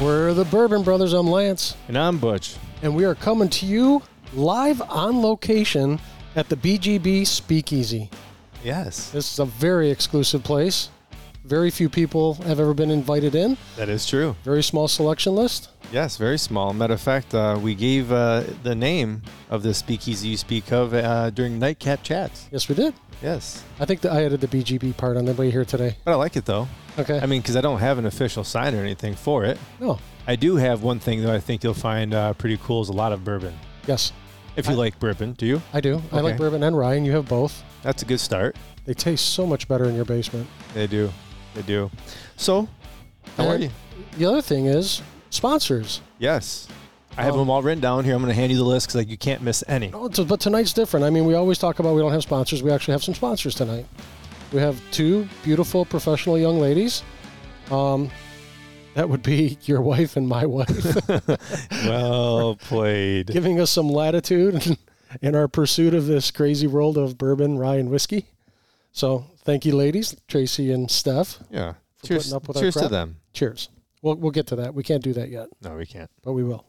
We're the Bourbon Brothers. I'm Lance, And I'm Butch. and we are coming to you live on location at the BGB Speakeasy. Yes. This is a very exclusive place. Very few people have ever been invited in. That is true. Very small selection list. Yes, very small. Matter of fact, uh, we gave uh, the name of the speakeasy you speak of uh, during nightcap chats. Yes, we did. Yes. I think that I added the BGB part on the way here today. But I like it though. Okay. Oh, I mean, because I don't have an official sign or anything for it. no. I do have one thing that I think you'll find uh, pretty cool is a lot of bourbon. Yes, If you like bourbon, do you? I do. I like Okay. bourbon and rye, and you have both. That's a good start. They taste so much better in your basement. They do. They do. So, how are And you? The other thing is sponsors. Yes. I have Um, them all written down here. I'm going to hand you the list because like you can't miss any. Oh, t- but tonight's different. I mean, we always talk about we don't have sponsors. We actually have some sponsors tonight. We have two beautiful professional young ladies. Um, that would be your wife and my wife, Well played. giving us some latitude in our pursuit of this crazy world of bourbon, rye, and whiskey. So, thank you, ladies, Tracy and Steph. Yeah. for Cheers, putting up with our cheers to crap. them. Cheers. We'll, we'll get to that. We can't do that yet, No, we can't. but we will.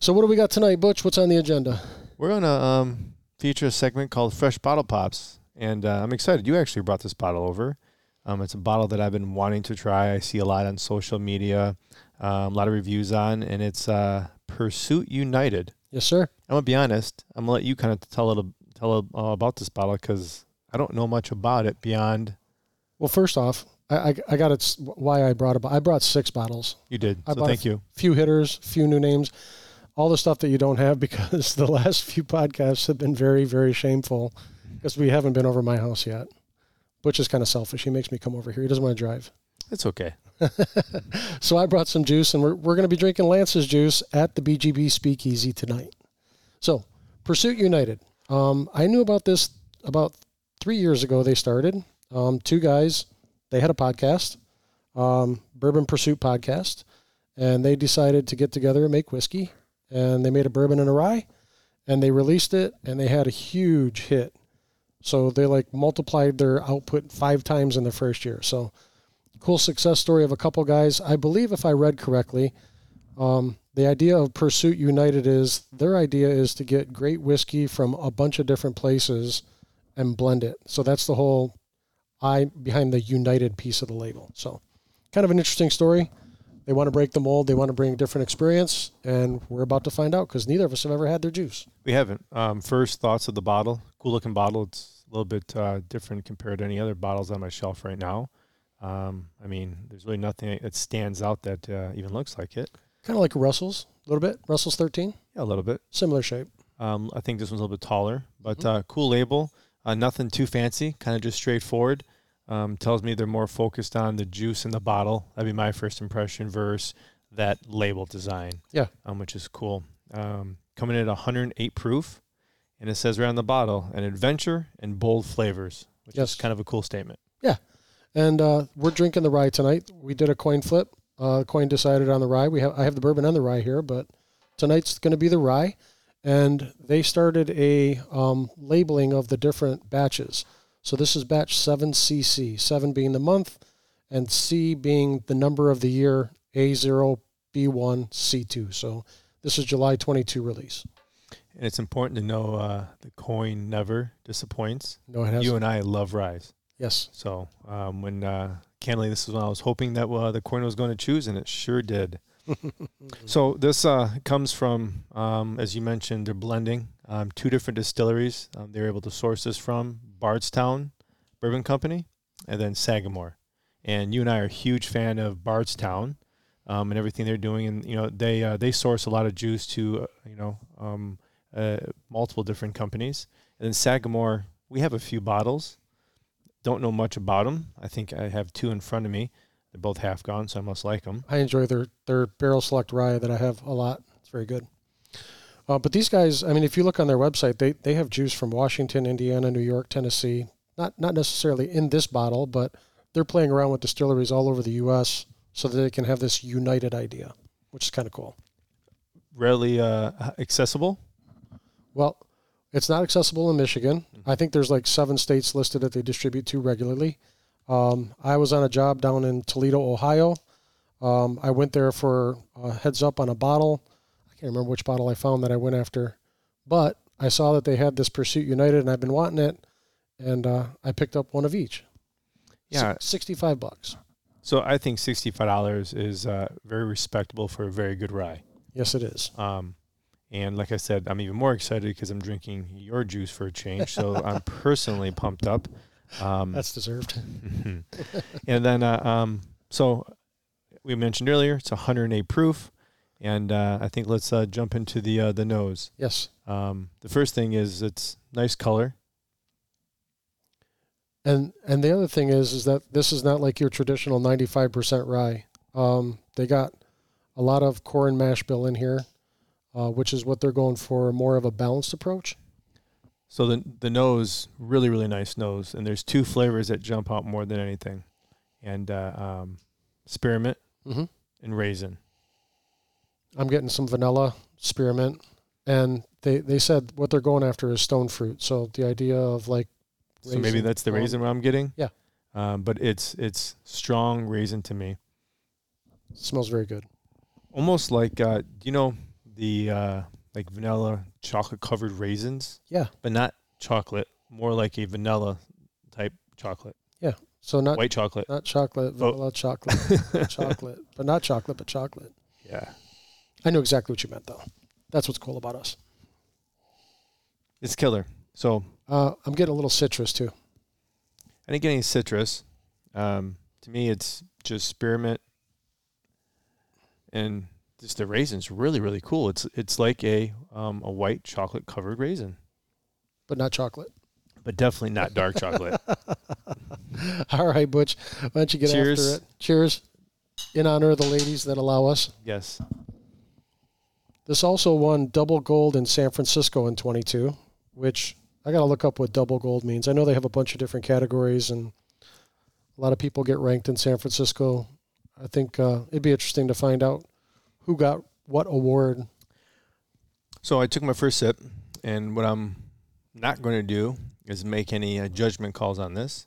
So, what do we got tonight, Butch? What's on the agenda? We're going to um, feature a segment called Fresh Bottle Pops. And uh, I'm excited. You actually brought this bottle over. Um, it's a bottle that I've been wanting to try. I see a lot on social media, um, a lot of reviews on, and it's uh, Pursuit United. Yes, sir. I'm going to be honest. I'm going to let you kind of tell a, little- tell uh, about this bottle because I don't know much about it beyond Well, first off, I, I, I got it. Why I brought a bo- I brought six bottles. you did. I so bought a thank you. Few hitters, few new names, all the stuff that you don't have because the last few podcasts have been very, very shameful because we haven't been over my house yet. Butch is kind of selfish. He makes me come over here. He doesn't want to drive. It's okay. So I brought some juice, and we're, we're going to be drinking Lance's juice at the BGB Speakeasy tonight. So, Pursuit United. Um, I knew about this about three years ago. They started. Um, two guys, they had a podcast, um, Bourbon Pursuit podcast, and they decided to get together and make whiskey. And they made a bourbon and a rye, and they released it, and they had a huge hit. So they like multiplied their output five times in the first year. So cool success story of a couple guys. I believe, if I read correctly, um, the idea of Pursuit United is their idea is to get great whiskey from a bunch of different places and blend it. So that's the whole I behind the United piece of the label. So kind of an interesting story. They want to break the mold. They want to bring a different experience, and we're about to find out because neither of us have ever had their juice. We haven't. Um, first thoughts of the bottle. Cool looking bottle. It's a little bit uh, different compared to any other bottles on my shelf right now. Um, I mean, there's really nothing that stands out that uh, even looks like it. Kind of like Russell's a little bit. Russell's thirteen, Yeah, a little bit. similar shape. Um, I think this one's a little bit taller, but Mm-hmm. uh, cool label. Uh, nothing too fancy. Kind of just straightforward. Um, tells me they're more focused on the juice in the bottle. That'd be my first impression. Versus that label design. Yeah. Um, which is cool. Um, coming in at 108 proof, and it says right on the bottle, an adventure and bold flavors, which Yes. is kind of a cool statement. And uh, we're drinking the rye tonight. We did a coin flip. Uh, coin decided on the rye. We have I have the bourbon and the rye here, but tonight's going to be the rye. And they started a um, labeling of the different batches. So this is batch seven CC, seven being the month, and C being the number of the year. A zero, B one, C two. So this is July twenty two release. And it's important to know uh, the coin never disappoints. No, it has You and I love rise. yes. So um, when uh, candidly, this is when I was hoping that uh, the coin was going to choose, and it sure did. so this uh, comes from, um, as you mentioned, they're blending um, two different distilleries. Um, they were able to source this from Bardstown Bourbon Company and then Sagamore. And you and I are a huge fan of Bardstown um, and everything they're doing. And you know they uh, they source a lot of juice to uh, you know um, uh, multiple different companies. And then Sagamore, we have a few bottles don't know much about them. I think I have two in front of me. They're both half gone, so I must like them. I enjoy their their barrel select rye that I have a lot. It's very good. Uh, but these guys, I mean, if you look on their website, they they have juice from Washington, Indiana, New York, Tennessee. Not not necessarily in this bottle, but they're playing around with distilleries all over the U.S. so that they can have this united idea, which is kind of cool. Rarely uh, accessible. Well, it's not accessible in Michigan. I think there's like seven states listed that they distribute to regularly. Um, I was on a job down in Toledo, Ohio. Um, I went there for a heads up on a bottle. I can't remember which bottle I found that I went after, but I saw that they had this Pursuit United, and I've been wanting it, and uh, I picked up one of each. Yeah. Si- sixty-five bucks. So I think sixty-five dollars is uh, very respectable for a very good rye. Yes, it is. Um, and like I said, I'm even more excited because I'm drinking your juice for a change. So I'm personally pumped up. Um, That's deserved. Mhm. and then, uh, um, so we mentioned earlier, it's 108 proof, and uh, I think let's uh, jump into the uh, the nose. Yes, Um, the first thing is it's nice color. and and the other thing is is that this is not like your traditional ninety-five percent rye. Um, they got a lot of corn mash bill in here, uh, which is what they're going for, more of a balanced approach. So the the nose, really really nice nose, and there's two flavors that jump out more than anything, and uh, um, spearmint Mhm. and raisin. I'm getting some vanilla, spearmint, and they they said what they're going after is stone fruit. So the idea of like, So maybe raisin- that's the well, raisin what I'm getting. Yeah. Um, but it's it's strong raisin to me. smells very good. almost like uh do you know the uh like vanilla chocolate covered raisins Yeah. but not chocolate more like a vanilla type chocolate So not white chocolate not chocolate, Oh. vanilla chocolate, chocolate, but not chocolate, but chocolate. yeah I know exactly what you meant though. That's what's cool about us. it's killer so Uh, I'm getting a little citrus too. i didn't get any citrus um to me it's just spearmint and just the raisins really really cool it's it's like a um a white chocolate covered raisin but not chocolate. but definitely not dark chocolate All right, Butch, why don't you get Cheers. after it? Cheers. In honor of the ladies that allow us. yes This also won double gold in San Francisco in 22, which I got to look up what double gold means. I know they have a bunch of different categories, and a lot of people get ranked in San Francisco. I think uh, it'd be interesting to find out who got what award. So I took my first sip, and what I'm not going to do is make any uh, judgment calls on this.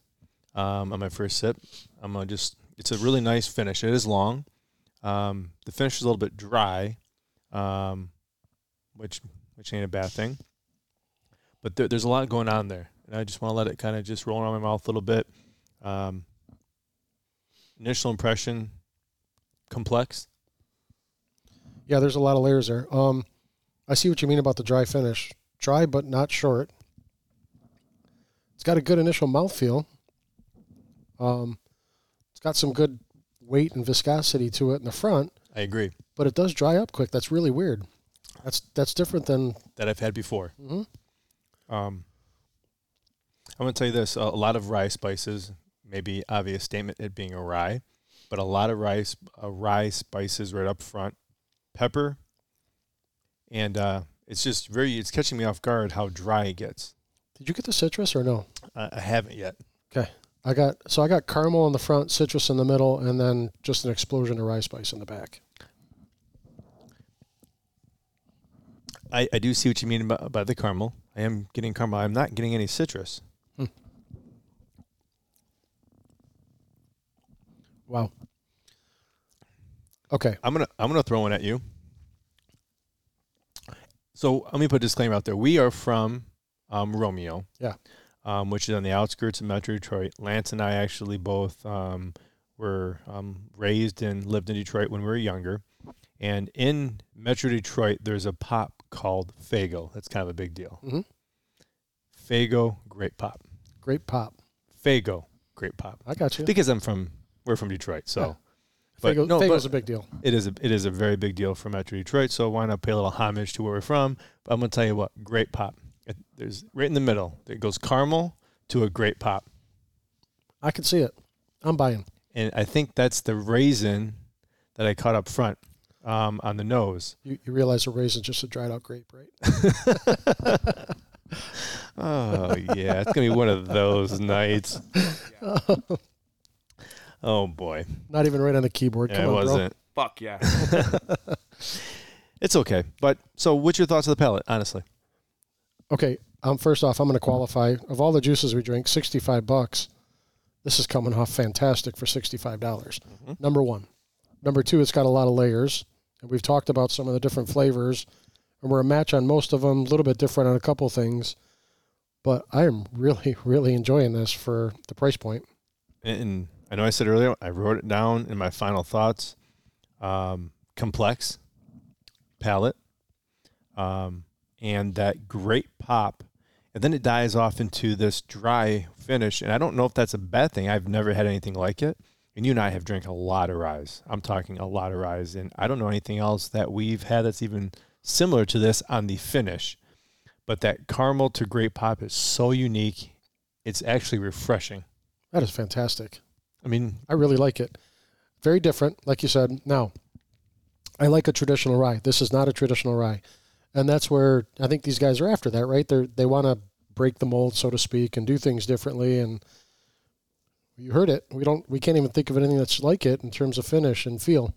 Um, on my first sip, I'm gonna just. It's a really nice finish. It is long. Um, the finish is a little bit dry, um, which which ain't a bad thing. But there, there's a lot going on there, and I just want to let it kind of just roll around my mouth a little bit. Um, initial impression, complex. Yeah, there's a lot of layers there. Um, I see what you mean about the dry finish. Dry, but not short. It's got a good initial mouthfeel. Um, it's got some good weight and viscosity to it in the front, I agree but it does dry up quick. That's really weird. That's that's different than that I've had before. mhm. Um, I'm going to tell you this: a a lot of rye spices. Maybe obvious statement, it being a rye, but a lot of rice, uh, rye spices right up front, pepper, and uh, it's just very. It's catching me off guard how dry it gets. Did you get the citrus or no? I I haven't yet. I got so I got caramel in the front, citrus in the middle, and then just an explosion of rye spice in the back. I, I do see what you mean about, about the caramel. I am getting caramel. I'm not getting any citrus. Wow. Okay. I'm gonna I'm gonna throw one at you. So let me put a disclaimer out there. We are from um, Romeo, Yeah. um, which is on the outskirts of Metro Detroit. Lance and I actually both um, were um, raised and lived in Detroit when we were younger. And in Metro Detroit, there's a pop called Fago. That's kind of a big deal. Mhm. Fago Great Pop. Great pop. Fago Great Pop. I got you. Because I'm from we're from Detroit, so. Yeah. But Fago, no, but- Fago's a big deal. it is a it is a very big deal for Metro Detroit. So why not pay a little homage to where we're from? But I'm gonna tell you what, great pop. It- There's right in the middle. It goes caramel to a great pop, I can see it. I'm buying. and I think that's the raisin that I caught up front um, on the nose. You, you realize a raisin's just a dried out grape, right? Oh yeah, it's gonna be one of those nights. Oh boy, Not even right on the keyboard. yeah, Come it on, wasn't. Fuck yeah. It's okay. But so, what's your thoughts of the palate, honestly? Bro. Okay. Um, first off, I'm going to qualify. Of all the juices we drink, Mm-hmm. 65 bucks. This is coming off fantastic for $65. Number one, Number two, it's got a lot of layers. And we've talked about some of the different flavors. And we're a match on most of them, a little bit different on a couple things. But I am really, really enjoying this for the price point. And I know I said earlier, I wrote it down in my final thoughts. Um, complex palette, um, and that great pop, and then it dies off into this dry finish. And I don't know if that's a bad thing. I've never had anything like it. And you and I have drank a lot of rye. I'm talking a lot of rye, and I don't know anything else that we've had that's even similar to this on the finish. But that caramel to grape pop is so unique. It's actually refreshing. That is fantastic. I mean, I really like it. Very different, like you said. Now, I like a traditional rye. This is not a traditional rye, and that's where I think these guys are after that, right? They they want to break the mold, so to speak, and do things differently. And you heard it. We don't. We can't even think of anything that's like it in terms of finish and feel.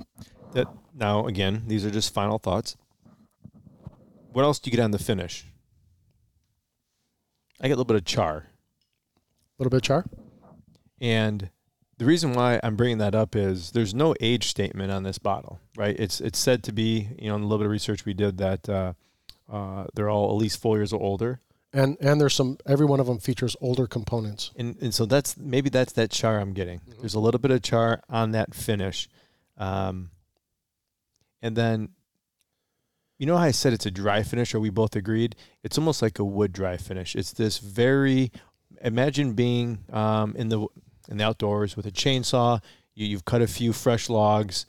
that now again, these are just final thoughts. What else do you get on the finish? I get a little bit of char. A little bit of char. And the reason why I'm bringing that up is there's no age statement on this bottle, right? It's it's said to be, you know, in a little bit of research we did that uh, uh, they're all at least four years or older, and and there's some every one of them features older components and and so that's maybe that's that char I'm getting. Mm-hmm. There's a little bit of char on that finish, um, and then, you know how I said it's a dry finish, or we both agreed it's almost like a wood dry finish. It's this very imagine being um, in the in the outdoors with a chainsaw. You, you've cut a few fresh logs.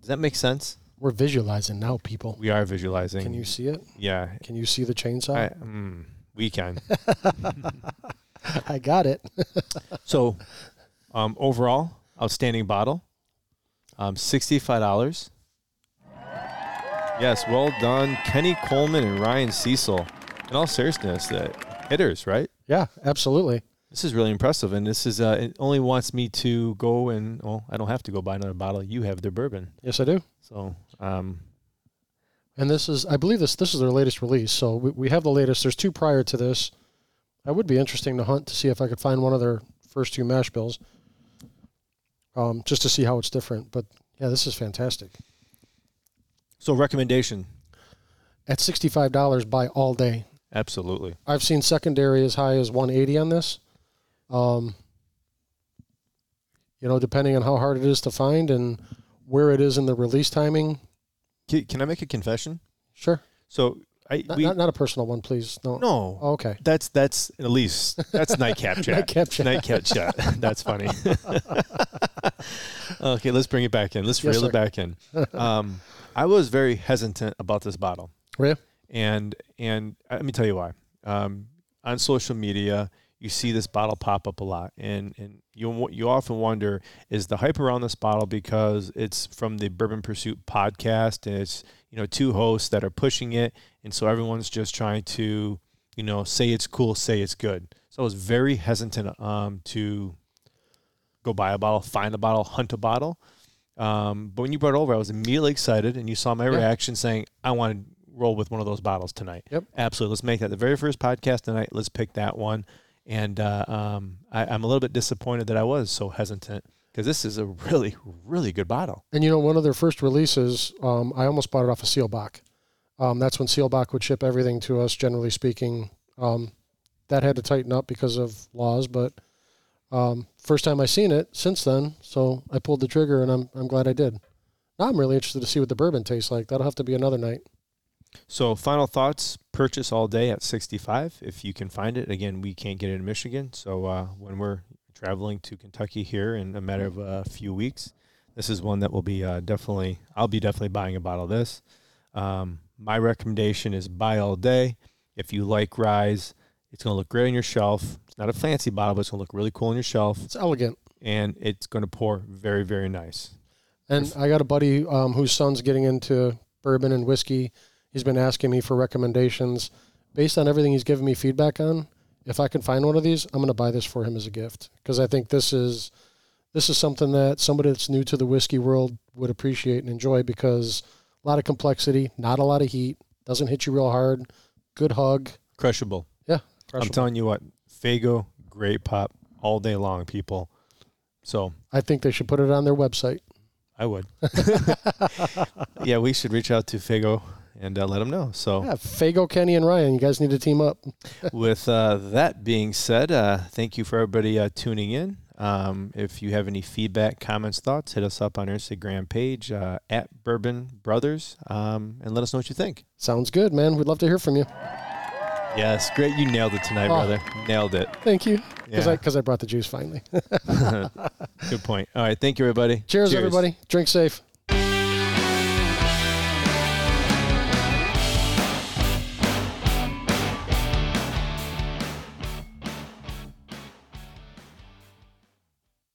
Does that make sense? we're visualizing now people We are visualizing. can you see it Yeah. can you see the I, chainsaw mm, we can. i, got it So, um, overall, outstanding bottle. Um, sixty-five dollars. Yes, well done, Kenny Coleman and Ryan Cecil. In all seriousness, that hitters, right? yeah absolutely This is really impressive, and this is uh, it only wants me to go and well, I don't have to go buy another bottle. You have the bourbon, yes i do so um, and this is i believe this this is their latest release so we, we have the latest there's two prior to this i would be interesting to hunt to see if i could find one of their first two mash bills um, just to see how it's different but yeah this is fantastic so recommendation, at $65 buy all day absolutely. I've seen secondary as high as 180 on this. Um, you know, depending on how hard it is to find and where it is in the release timing. Can, can I make a confession? Sure. So I Not, we not, not a personal one, please. No. no Oh, okay. That's that's at least that's nightcap chat. Nightcap chat. Nightcap chat. That's funny. okay, let's bring it back in. Let's Yes, reel sir. it back in. Um, I was very hesitant about this bottle, Were you? and and uh, let me tell you why. Um, on social media, you see this bottle pop up a lot, and and you w- you often wonder is the hype around this bottle because it's from the Bourbon Pursuit podcast, and it's you know two hosts that are pushing it, and so everyone's just trying to you know, say it's cool, say it's good. So I was very hesitant um, to go buy a bottle, find a bottle, hunt a bottle. Um, but when you brought it over, I was immediately excited, and you saw my reaction saying, "I want to roll with one of those bottles tonight." Yep. absolutely. Let's make that the very first podcast tonight. Let's pick that one. And uh, um, I, I'm a little bit disappointed that I was so hesitant because this is a really, really good bottle. And you know, one of their first releases, um, I almost bought it off of Sealbach. Um, that's when Sealbach would ship everything to us, generally speaking. Um, that had to tighten up because of laws, but um, first time I seen it since then, so I pulled the trigger and I'm, I'm glad I did. Now I'm really interested to see what the bourbon tastes like. That'll have to be another night. So, final thoughts: purchase all day at 65 if you can find it. Again, we can't get it in Michigan, so uh, when we're traveling to Kentucky here in a matter of a few weeks, this is one that will be uh, definitely. I'll be definitely buying a bottle of this. Um, my recommendation is buy all day. If you like Rise, it's going to look great on your shelf. It's not a fancy bottle, but it's going to look really cool on your shelf, It's elegant. and it's going to pour very, very nice. And I got a buddy um, whose son's getting into bourbon and whiskey. He's been asking me for recommendations. Based on everything he's given me feedback on, if I can find one of these, I'm going to buy this for him as a gift because I think this is this is something that somebody that's new to the whiskey world would appreciate and enjoy because a lot of complexity, not a lot of heat, doesn't hit you real hard, good hug. Crushable. Yeah, I'm telling you what, Fago, great pop all day long, people. So I think they should put it on their website. I would. yeah, we should reach out to Fago and uh, let them know. So, Yeah, Fago, Kenny, and Ryan, you guys need to team up. with uh, that being said, uh, thank you for everybody uh, tuning in. Um, if you have any feedback, comments, thoughts, hit us up on our Instagram page uh, at Bourbon Brothers um, and let us know what you think. Sounds good, man. We'd love to hear from you. Yes, great. You nailed it tonight, Oh. brother. Nailed it. Thank you. Because Yeah. I, 'cause I brought the juice finally. Good point. All right. Thank you, everybody. Cheers, everybody. Drink safe.